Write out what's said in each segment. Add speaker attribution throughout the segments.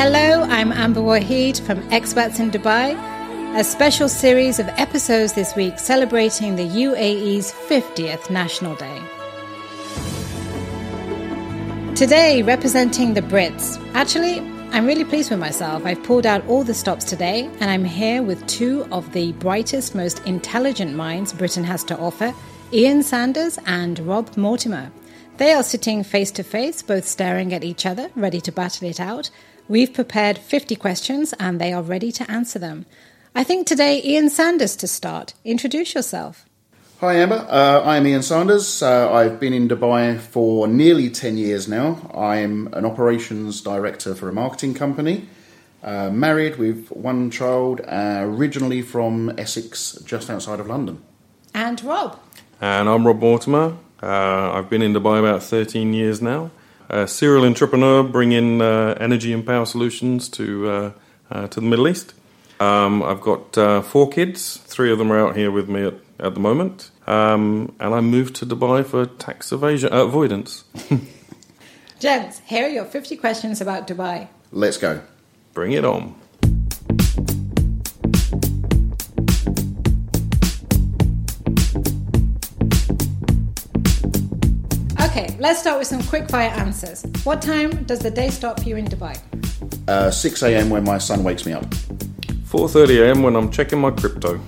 Speaker 1: Hello, I'm Amber Wahid from Expats in Dubai. A special series of episodes this week celebrating the UAE's 50th National Day. Today, representing the Brits. Actually, I'm really pleased with myself. I've pulled out all the stops today, and I'm here with two of the brightest, most intelligent minds Britain has to offer Ian Sanders and Rob Mortimer. They are sitting face to face, both staring at each other, ready to battle it out. We've prepared 50 questions and they are ready to answer them. I think today, Ian Sanders to start. Introduce yourself.
Speaker 2: Hi Amber, uh, I'm Ian Sanders. Uh, I've been in Dubai for nearly 10 years now. I'm an operations director for a marketing company, uh, married with one child, uh, originally from Essex, just outside of London.
Speaker 1: And Rob.
Speaker 3: And I'm Rob Mortimer. Uh, I've been in Dubai about 13 years now. A serial entrepreneur bringing uh, energy and power solutions to, uh, to the Middle East. Um, I've got four kids, three of them are out here with me at, at the moment. Um, and I moved to Dubai for tax evasion, uh, avoidance.
Speaker 1: Gents, here are your 50 questions about Dubai.
Speaker 2: Let's go.
Speaker 3: Bring it on.
Speaker 1: Okay, let's start with some quickfire answers. What time does the day start for you in Dubai?
Speaker 2: Uh, 6 a.m. when my son wakes me up.
Speaker 3: 4:30 a.m. when I'm checking my crypto.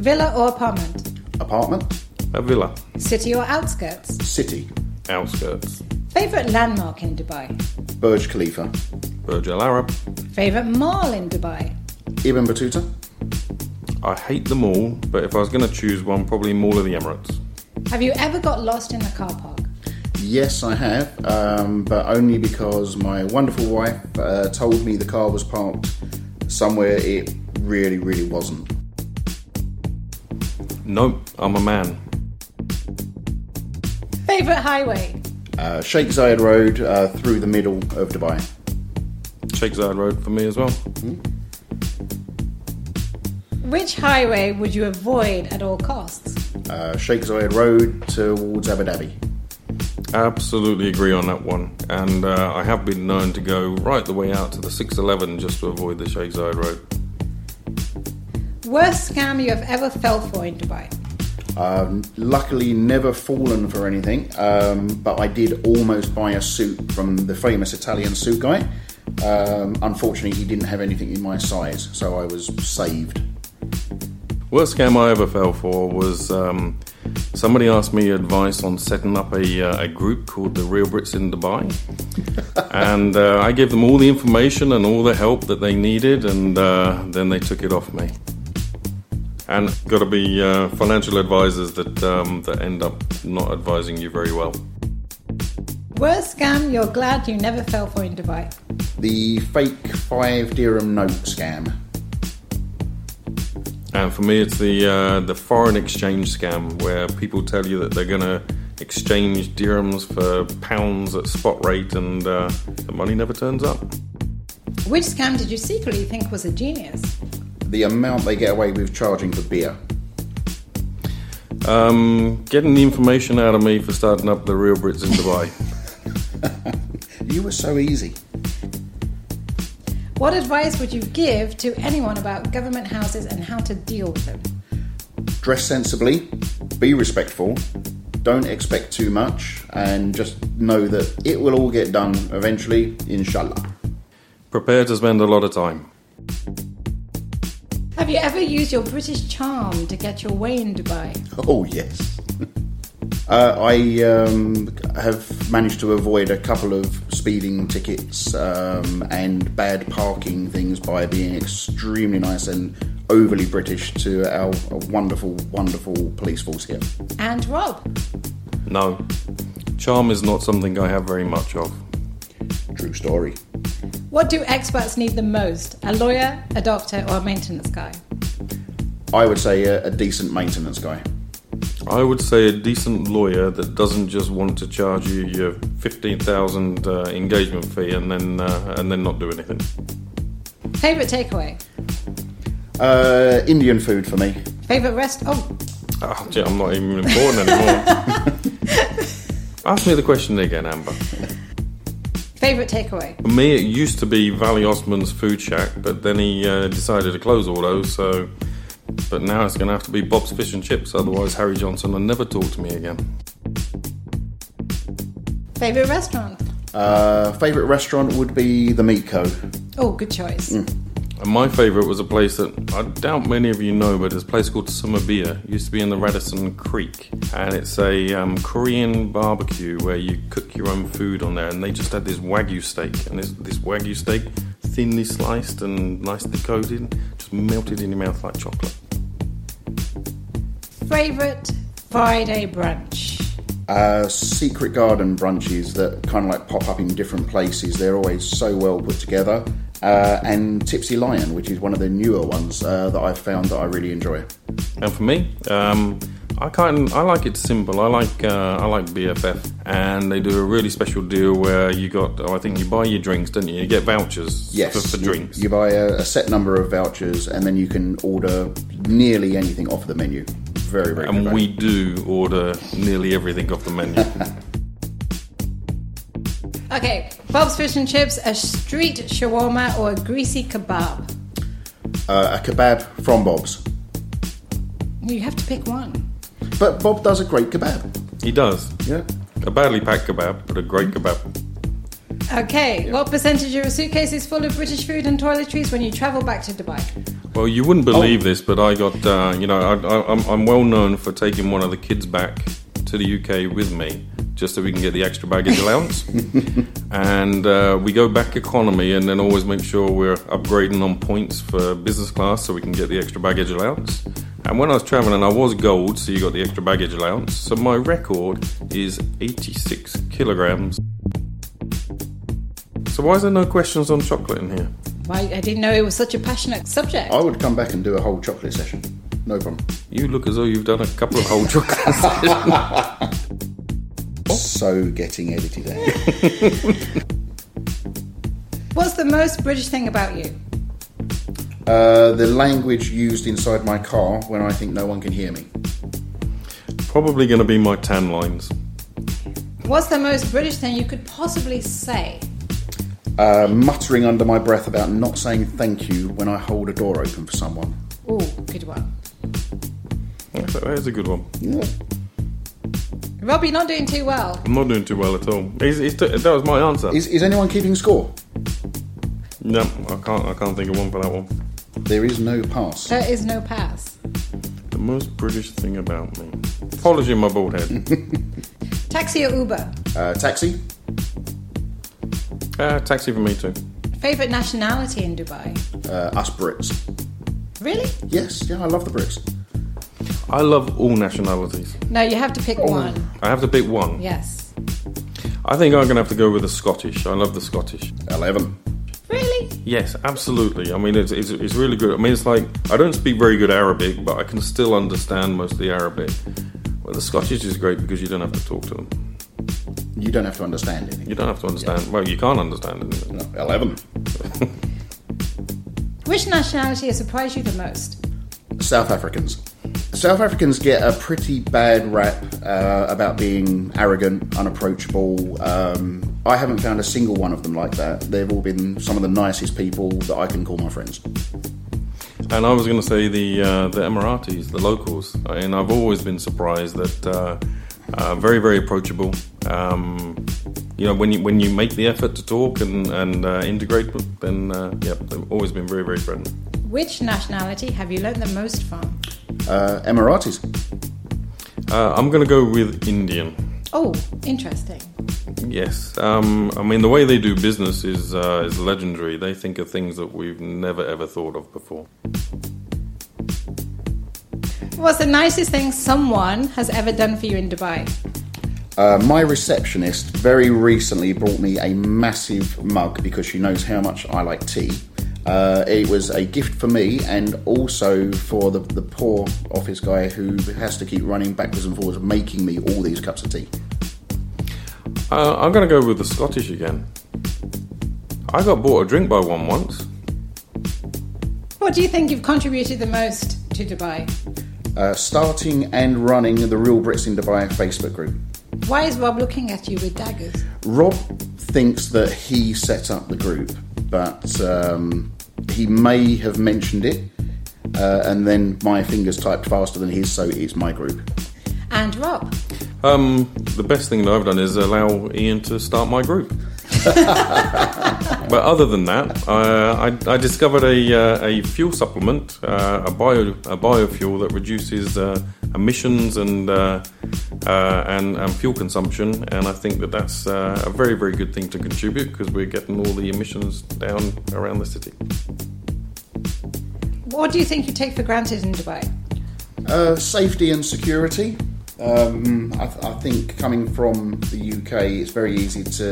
Speaker 1: Villa or apartment?
Speaker 2: Apartment,
Speaker 3: A villa,
Speaker 1: City or outskirts?
Speaker 2: city,
Speaker 3: outskirts,
Speaker 1: Favorite landmark in Dubai?
Speaker 2: Burj Khalifa,
Speaker 3: Burj Al Arab.
Speaker 1: Favorite mall in Dubai?
Speaker 2: Ibn Battuta,
Speaker 3: I hate them all, but if I was going to choose one, probably Mall of the Emirates.
Speaker 1: Have you ever got lost in the car park?
Speaker 2: Yes, I have, um, but only because my wonderful wife uh, told me the car was parked somewhere it really, really wasn't.
Speaker 3: Nope, I'm a man.
Speaker 1: Favorite highway?
Speaker 2: Uh, Sheikh Zayed Road uh, through the middle of Dubai.
Speaker 3: Sheikh Zayed Road for me as well.
Speaker 1: Which highway would you avoid at all costs?
Speaker 2: Uh, Sheikh Zayed Road towards Abu Dhabi.
Speaker 3: Absolutely agree on that one. And uh, I have been known to go right the way out to the 611 just to avoid the Sheikh Zayed Road.
Speaker 1: Worst scam you have ever fell for in Dubai?
Speaker 2: Um, luckily, never fallen for anything, um, but I did almost buy a suit from the famous Italian suit guy. Um, unfortunately, he didn't have anything in my size, so I was saved.
Speaker 3: Worst scam I ever fell for was um, somebody asked me advice on setting up a, uh, a group called the Real Brits in Dubai, and uh, I gave them all the information and all the help that they needed, and uh, then they took it off me. And got to be uh, financial advisors that um, that end up not advising you very well.
Speaker 1: Worst scam you're glad you never fell for in Dubai?
Speaker 2: The fake five dirham note scam.
Speaker 3: And for me, it's the uh, the foreign exchange scam where people tell you that they're going to exchange dirhams for pounds at spot rate, and uh, the money never turns up.
Speaker 1: Which scam did you secretly think was a genius?
Speaker 2: The amount they get away with charging for beer.
Speaker 3: Um, getting the information out of me for starting up the real Brits in Dubai.
Speaker 2: You were so easy.
Speaker 1: What advice would you give to anyone about government houses and how to deal with them?
Speaker 2: dress sensibly, be respectful, don't expect too much, and just know that it will all get done eventually, inshallah.
Speaker 3: Prepare to spend a lot of time.
Speaker 1: Have you ever used your British charm to get your way in Dubai?
Speaker 2: Oh, yes. Uh, I um, have managed to avoid a couple of speeding tickets um, and bad parking things by being extremely nice and overly British to our wonderful, wonderful police force here.
Speaker 1: And Rob?
Speaker 3: No, charm is not something I have very much of.
Speaker 2: True story.
Speaker 1: What do experts need the most? A lawyer, a doctor, or a maintenance guy?
Speaker 2: I would say a, a decent maintenance guy.
Speaker 3: I would say a decent lawyer that doesn't just want to charge you your fifteen thousand uh, engagement fee and then uh, and then not do anything.
Speaker 1: Favorite takeaway?
Speaker 2: Uh, Indian food for me.
Speaker 1: Favorite rest? Oh,
Speaker 3: Oh, gee, I'm not even important anymore. Ask me the question again, Amber.
Speaker 1: Favorite takeaway?
Speaker 3: For me, it used to be Valley Osman's Food Shack, but then he uh, decided to close all those, so. But now it's going to have to be Bob's Fish and Chips, otherwise, Harry Johnson will never talk to me again.
Speaker 1: Favorite restaurant?
Speaker 2: Uh, favorite restaurant would be the Miko.
Speaker 1: Oh, good choice.
Speaker 3: And my favourite was a place that I doubt many of you know, but it's a place called Summer Beer. It used to be in the Radisson Creek, and it's a um, Korean barbecue where you cook your own food on there. And they just had this wagyu steak, and this, this wagyu steak, thinly sliced and nicely coated, just melted in your mouth like chocolate.
Speaker 1: Favorite Friday brunch?
Speaker 2: Uh, secret garden brunches that kind of like pop up in different places. They're always so well put together. Uh, and Tipsy Lion, which is one of the newer ones uh, that I've found that I really enjoy.
Speaker 3: And for me, um, I kind I like it simple. I like uh, I like BFF, and they do a really special deal where you got oh, I think you buy your drinks, don't you? You get vouchers
Speaker 2: Yes,
Speaker 3: for, for
Speaker 2: you-
Speaker 3: drinks.
Speaker 2: You, buy a, a set number of vouchers, and then you can order nearly anything off the menu. Very, very.
Speaker 3: and
Speaker 2: good
Speaker 3: we
Speaker 2: value.
Speaker 3: do order nearly everything off the menu.
Speaker 1: Okay, Bob's Fish and Chips, a street shawarma or a greasy kebab?
Speaker 2: uh, a kebab from Bob's,
Speaker 1: You have to pick one.
Speaker 2: but Bob does a great kebab.
Speaker 3: he does.
Speaker 2: Yeah,
Speaker 3: A badly packed kebab, but a great kebab.
Speaker 1: Okay, what percentage of your suitcase is full of British food and toiletries when you travel back to Dubai?
Speaker 3: Well, you wouldn't believe this, but I got, uh, you know, I, I, I'm, I'm well known for taking one of the kids back to the UK with me just so we can get the extra baggage allowance. and uh, we go back economy and then always make sure we're upgrading on points for business class so we can get the extra baggage allowance. And when I was traveling, I was gold, so you got the extra baggage allowance. So my record is 86 kilograms. So why is there no questions on chocolate in here?
Speaker 1: Why, I didn't know it was such a passionate subject.
Speaker 2: I would come back and do a whole chocolate session. No problem.
Speaker 3: You look as though you've done a couple of whole chocolates. Oh.
Speaker 2: So getting edited out.
Speaker 1: What's the most British thing about you?
Speaker 2: Uh, the language used inside my car when I think no one can hear me.
Speaker 3: Probably going to be my tan lines.
Speaker 1: What's the most British thing you could possibly say?
Speaker 2: Uh, muttering under my breath about not saying thank you when I hold a door open for someone.
Speaker 1: Oh, good one.
Speaker 3: That's a- That is a good one.
Speaker 2: Yeah.
Speaker 1: Robbie, not doing too well.
Speaker 3: I'm not doing too well at all. Is- is- that was my answer.
Speaker 2: Is, is anyone keeping score?
Speaker 3: no, I can't. I can't think of one for that one.
Speaker 2: There is no pass.
Speaker 1: There is no pass.
Speaker 3: The most British thing about me. Apology, my bald head.
Speaker 1: Taxi or Uber?
Speaker 2: Uh, taxi?
Speaker 3: uh, taxi for me too.
Speaker 1: Favorite nationality in Dubai?
Speaker 2: Uh, us Brits.
Speaker 1: Really?
Speaker 2: Yes, yeah, I love the Brits.
Speaker 3: I love all nationalities.
Speaker 1: No, you have to pick one.
Speaker 3: I have to pick one.
Speaker 1: Yes.
Speaker 3: I think I'm going to have to go with the Scottish. I love the Scottish.
Speaker 2: 11.
Speaker 1: Really?
Speaker 3: Yes, absolutely. I mean, it's, it's, it's really good. I mean, it's like I don't speak very good Arabic, but I can still understand most of the Arabic. Well, the Scottish is great because you don't have to talk to them.
Speaker 2: You don't have to understand anything.
Speaker 3: You don't have to understand. Well, you can't understand anything.
Speaker 2: No, 11.
Speaker 1: Which nationality has surprised you the most?
Speaker 2: South Africans. South Africans get a pretty bad rap uh, about being arrogant, unapproachable. Um, I haven't found a single one of them like that. They've all been some of the nicest people that I can call my friends.
Speaker 3: And I was going to say the uh, the Emiratis, the locals, and I've always been surprised that uh, uh, very very approachable. Um, you know, when you when you make the effort to talk and and uh, integrate, them, then uh, yeah, they've always been very very friendly.
Speaker 1: Which nationality have you learned the most from?
Speaker 2: Uh, Emiratis.
Speaker 3: Uh, I'm going to go with Indian.
Speaker 1: Oh, interesting.
Speaker 3: Yes, um, I mean the way they do business is uh, is legendary. They think of things that we've never ever thought of before.
Speaker 1: What's the nicest thing someone has ever done for you in Dubai?
Speaker 2: Uh, my receptionist very recently brought me a massive mug because she knows how much I like tea. Uh, it was a gift for me and also for the, the poor office guy who has to keep running backwards and forwards making me all these cups of tea.
Speaker 3: Uh, I'm going to go with the Scottish again. I got bought a drink by one once.
Speaker 1: What do you think you've contributed the most to Dubai?
Speaker 2: uh, starting and running the Real Brits in Dubai Facebook group.
Speaker 1: Why is Rob looking at you with daggers?
Speaker 2: Rob thinks that he set up the group, but um, he may have mentioned it, uh, and then my fingers typed faster than his, so it's my group.
Speaker 1: And Rob,
Speaker 3: Um, the best thing that I've done is allow Ian to start my group. but other than that, uh, I, I discovered a, uh, a fuel supplement, uh, a bio a biofuel that reduces uh, emissions and, uh, uh, and and fuel consumption, and I think that that's uh, a very very good thing to contribute because we're getting all the emissions down around the city.
Speaker 1: what do you think you take for granted in Dubai?
Speaker 2: Uh, safety and security. Um, I, th- I think coming from the UK, it's very easy to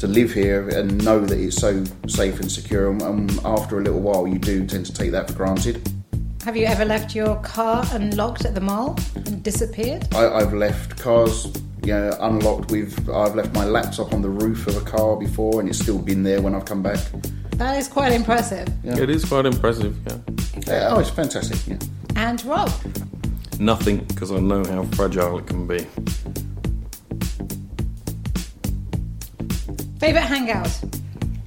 Speaker 2: to live here and know that it's so safe and secure. And, and after a little while, you do tend to take that for granted.
Speaker 1: Have you ever left your car unlocked at the mall and disappeared?
Speaker 2: I, I've left cars, you know, unlocked. We've I've left my laptop on the roof of a car before, and it's still been there when I've come back.
Speaker 1: That is quite impressive.
Speaker 2: Yeah.
Speaker 3: It is quite impressive. Yeah,
Speaker 2: Yeah, oh, it's fantastic. Yeah.
Speaker 1: And Rob,
Speaker 3: nothing because I know how fragile it can be.
Speaker 1: favorite hangout?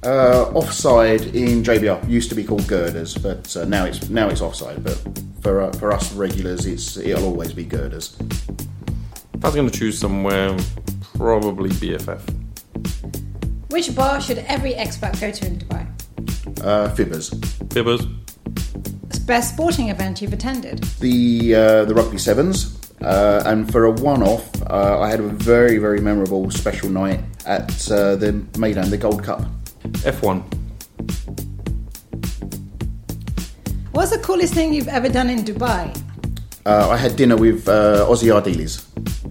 Speaker 2: Uh, offside in JBR used to be called girders, but uh, now it's now it's offside. But for uh, for us regulars, it's it'll always be girders.
Speaker 3: If I was going to choose somewhere, probably BFF.
Speaker 1: Which bar should every expat go to in Dubai?
Speaker 2: Uh, fibbers.
Speaker 3: Bibbers.
Speaker 1: Best sporting event you've attended?
Speaker 2: The uh, the rugby sevens. Uh, and for a one-off, uh, I had a very, very memorable special night at uh, the Maidan, the Gold Cup.
Speaker 3: F1.
Speaker 1: What's the coolest thing you've ever done in Dubai?
Speaker 2: Uh, I had dinner with uh, Ozzy Ardiles.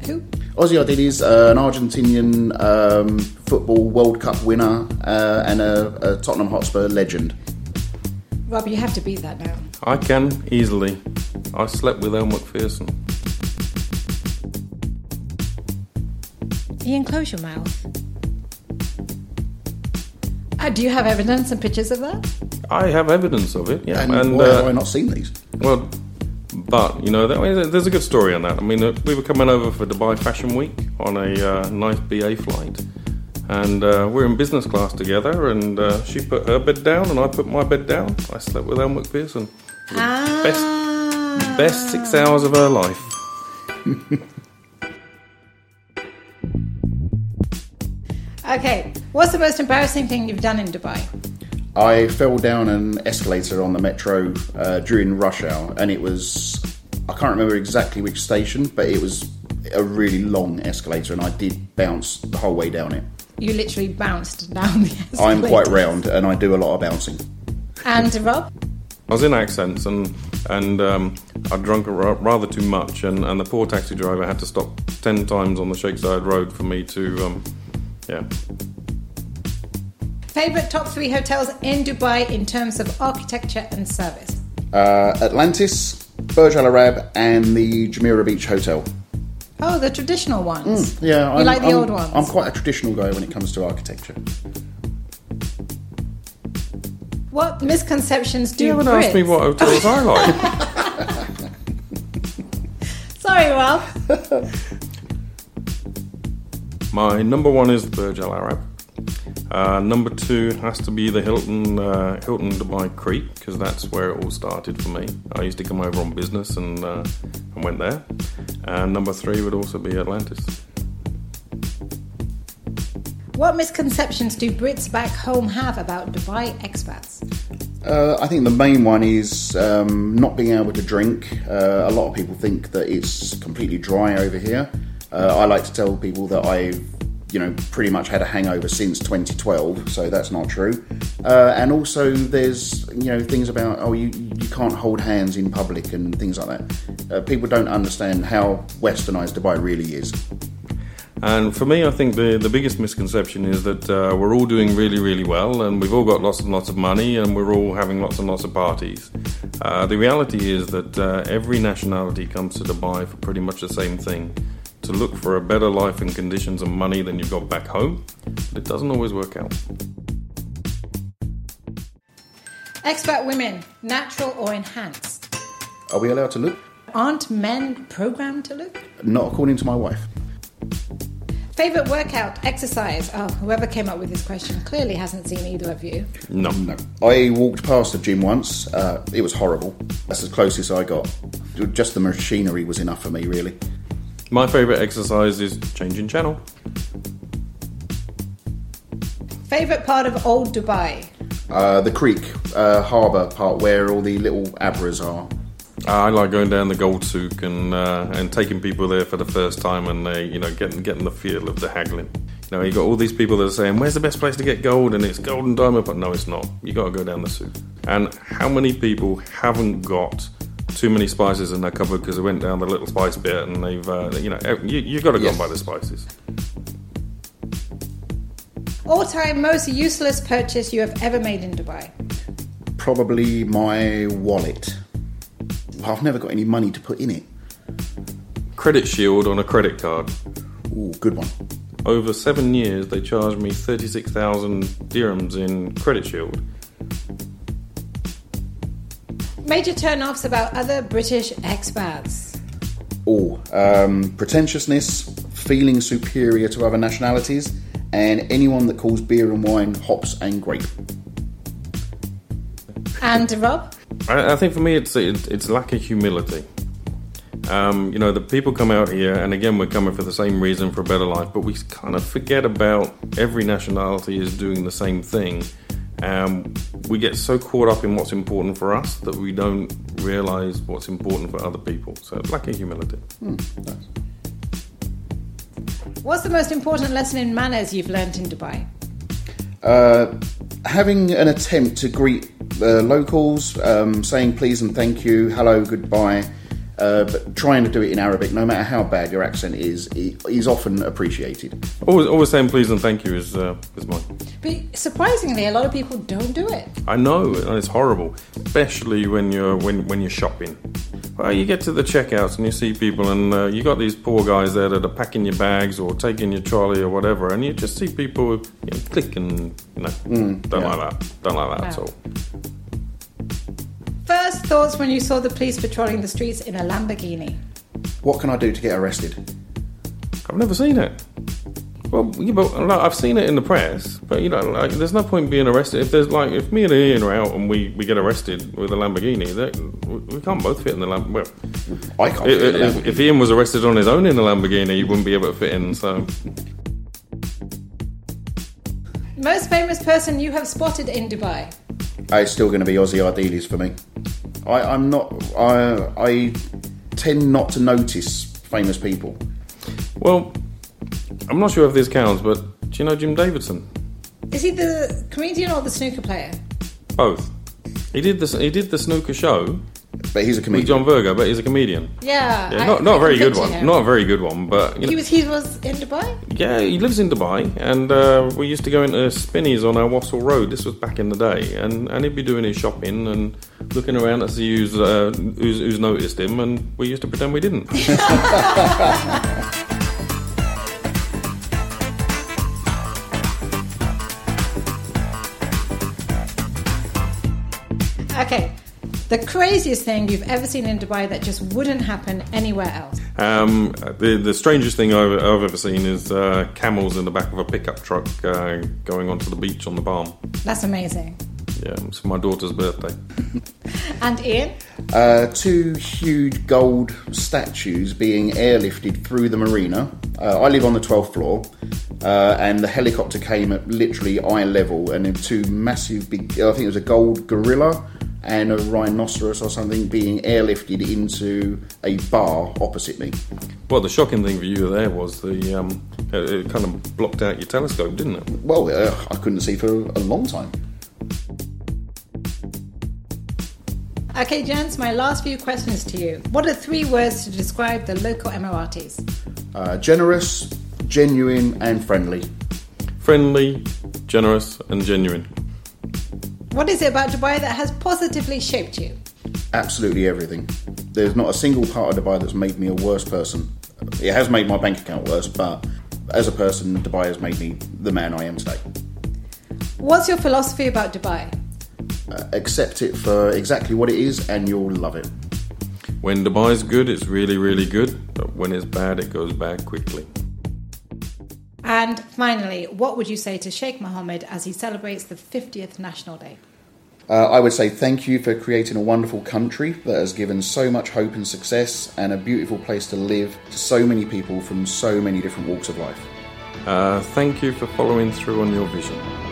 Speaker 1: Who?
Speaker 2: Ozzy Ardiles, uh, an Argentinian um, football World Cup winner uh, and a, a Tottenham Hotspur legend.
Speaker 1: Rob, you have to beat that now.
Speaker 3: I can easily. I slept with Elle McPherson.
Speaker 1: Ian, close your mouth. Uh, do you have evidence and pictures of that?
Speaker 3: I have evidence of it. Yeah,
Speaker 2: And,
Speaker 3: and,
Speaker 2: why
Speaker 3: uh,
Speaker 2: have I not seen these?
Speaker 3: well, but you know, that, there's a good story on that. I mean, uh, we were coming over for Dubai Fashion Week on a uh, nice BA flight, and uh, we're in business class together. And uh, she put her bed down, and I put my bed down. I slept with Elle McPherson.
Speaker 1: Ah.
Speaker 3: Best, best six
Speaker 2: Ah.
Speaker 3: hours of her life.
Speaker 1: Okay, what's the most embarrassing thing you've done in Dubai?
Speaker 2: I fell down an escalator on the metro uh, during rush hour, and it was I can't remember exactly which station, but it was a really long escalator, and I did bounce the whole way down it.
Speaker 1: You literally bounced down the escalator.
Speaker 2: I'm quite round, and I do a lot of bouncing.
Speaker 1: And Rob,
Speaker 3: I was in accents and and um, I'd drunk ra- rather too much, and, and the poor taxi driver had to stop ten times on the Shakeside Road for me to, um, yeah,
Speaker 1: favorite top three hotels in Dubai in terms of architecture and service?
Speaker 2: Uh, Atlantis, Burj Al Arab, and the Jumeirah Beach Hotel.
Speaker 1: Oh, the traditional ones.
Speaker 2: Mm, Yeah,
Speaker 1: you like the
Speaker 2: I'm,
Speaker 1: old ones.
Speaker 2: I'm quite a traditional guy when it comes to architecture.
Speaker 1: What misconceptions do
Speaker 3: you
Speaker 1: you
Speaker 3: would ask me what hotels I like.
Speaker 1: Sorry, Rob.
Speaker 3: My number one is Burj Al Arab. Uh, number two has to be the Hilton uh, Hilton Dubai Creek because that's where it all started for me. I used to come over on business and uh, and went there. And number three would also be Atlantis.
Speaker 1: What misconceptions do Brits back home have about Dubai expats?
Speaker 2: Uh, I think the main one is um, not being able to drink. Uh, a lot of people think that it's completely dry over here. Uh, I like to tell people that I've, you know, pretty much had a hangover since 2012, so that's not true. Uh, and also, there's you know things about oh you you can't hold hands in public and things like that. Uh, people don't understand how westernised Dubai really is.
Speaker 3: And for me, I think the, the biggest misconception is that uh, we're all doing really, really well, and we've all got lots and lots of money, and we're all having lots and lots of parties. Uh, the reality is that uh, every nationality comes to Dubai for pretty much the same thing to look for a better life and conditions and money than you've got back home. But it doesn't always work out.
Speaker 1: Expat women, natural or enhanced?
Speaker 2: Are we allowed to look?
Speaker 1: Aren't men programmed to look?
Speaker 2: Not according to my wife.
Speaker 1: Favorite workout, exercise? Oh, whoever came up with this question clearly hasn't seen either of you.
Speaker 3: No.
Speaker 2: No. I walked past the gym once. Uh, it was horrible. That's the closest I got. Just the machinery was enough for me, really.
Speaker 3: My favourite exercise is changing channel.
Speaker 1: Favorite part of old Dubai?
Speaker 2: Uh, the creek, uh, harbour part where all the little abras are.
Speaker 3: Uh, I like going down the Gold Souk and uh, and taking people there for the first time, and they you know getting getting the feel of the haggling. You know, you got all these people that are saying, "Where's the best place to get gold?" and it's gold and diamond, but no, it's not. You got to go down the Souk. And how many people haven't got too many spices in their cupboard because they went down the little spice bit and they've uh, you know ev- you you got to go
Speaker 2: Yes.
Speaker 3: and buy the spices.
Speaker 1: All time most useless purchase you have ever made in Dubai?
Speaker 2: Probably my wallet. I've never got any money to put in it.
Speaker 3: Credit Shield on a credit card.
Speaker 2: Ooh, good one.
Speaker 3: Over seven years, they charged me thirty-six thousand dirhams in Credit Shield.
Speaker 1: Major turn offs about other British expats?
Speaker 2: All um, pretentiousness, feeling superior to other nationalities, and anyone that calls beer and wine hops and grape.
Speaker 1: And Rob?
Speaker 3: I, I think for me, it's it, it's lack of humility. Um, you know, the people come out here, and again, we're coming for the same reason for a better life, but we kind of forget about every nationality is doing the same thing. Um, we get so caught up in what's important for us that we don't realize what's important for other people. So, lack of humility.
Speaker 1: What's the most important lesson in manners you've learnt in Dubai?
Speaker 2: Uh, having an attempt to greet the locals, um, saying please and thank you, hello, goodbye, uh, but trying to do it in Arabic, no matter how bad your accent is, i- is often appreciated.
Speaker 3: Always, always saying please and thank you is uh, is mine.
Speaker 1: But surprisingly, a lot of people don't do it.
Speaker 3: I know, and it's horrible, especially when you're when when you're shopping. Well, you get to the checkouts and you see people, and uh, you got these poor guys there that are packing your bags or taking your trolley or whatever, and you just see people you know, click and no, don't
Speaker 2: yeah.
Speaker 3: like that, don't like that at
Speaker 1: Wow.
Speaker 3: all.
Speaker 1: First thoughts when you saw the police patrolling the streets in a Lamborghini?
Speaker 2: What can I do to get arrested?
Speaker 3: I've never seen it. Well, yeah, but like, I've seen it in the press, but you know, like, there's no point being arrested if there's like if me and Ian are out and we, we get arrested with a Lamborghini, that we- we can't both fit in the Lamborghini. Well,
Speaker 2: I can't.
Speaker 3: If,
Speaker 2: do that.
Speaker 3: if, if Ian was arrested on his own in a Lamborghini, he wouldn't be able to fit in. So,
Speaker 1: Most famous person you have spotted in Dubai?
Speaker 2: Uh, it's still going to be Aussie Ardelis for me. I, I'm not. I, I tend not to notice famous people.
Speaker 3: well, I'm not sure if this counts, but do you know Jim Davidson?
Speaker 1: Is he the comedian or the snooker player?
Speaker 3: Both. He did this. He did the snooker show
Speaker 2: But he's a
Speaker 3: with
Speaker 2: comedian.
Speaker 3: John Virgo, but he's a comedian.
Speaker 1: Yeah,
Speaker 3: Yeah,
Speaker 1: I-
Speaker 3: not not a
Speaker 1: I
Speaker 3: very
Speaker 1: can
Speaker 3: good
Speaker 1: picture
Speaker 3: one.
Speaker 1: him.
Speaker 3: Not a very good one, but you
Speaker 1: He
Speaker 3: know,
Speaker 1: was he was in Dubai.
Speaker 3: yeah, he lives in Dubai, and uh, we used to go into Spinneys on our Wassell Road. This was back in the day, and, and he'd be doing his shopping and looking around to see who's, uh, who's who's noticed him, and we used to pretend we didn't.
Speaker 1: Okay, the craziest thing you've ever seen in Dubai that just wouldn't happen anywhere else.
Speaker 3: Um, the, the strangest thing I've, I've ever seen is uh, camels in the back of a pickup truck uh, going onto the beach on the palm.
Speaker 1: That's amazing.
Speaker 3: Yeah, it's my daughter's birthday.
Speaker 1: And Ian,
Speaker 2: Uh, two huge gold statues being airlifted through the marina. Uh, I live on the 12th floor, uh, and the helicopter came at literally eye level, and then two massive big, I think it was a gold gorilla and a rhinoceros or something, being airlifted into a bar opposite me.
Speaker 3: Well, the shocking thing for you there was the um, it, it kind of blocked out your telescope, didn't it?
Speaker 2: Well, uh, I couldn't see for a long time.
Speaker 1: okay, gents, my last few questions to you. What are three words to describe the local Emiratis?
Speaker 2: Uh, generous, genuine, and friendly.
Speaker 3: Friendly, generous, and genuine.
Speaker 1: What is it about Dubai that has positively shaped you?
Speaker 2: absolutely everything. There's not a single part of Dubai that's made me a worse person. It has made my bank account worse, but as a person, Dubai has made me the man I am today.
Speaker 1: What's your philosophy about Dubai?
Speaker 2: Uh, accept it for exactly what it is, and you'll love it.
Speaker 3: When Dubai's good, it's really, really good, but when it's bad, it goes bad quickly.
Speaker 1: And finally, what would you say to Sheikh Mohammed as he celebrates the 50th National Day?
Speaker 2: Uh, I would say thank you for creating a wonderful country that has given so much hope and success and a beautiful place to live to so many people from so many different walks of life.
Speaker 3: Uh, thank you for following through on your vision.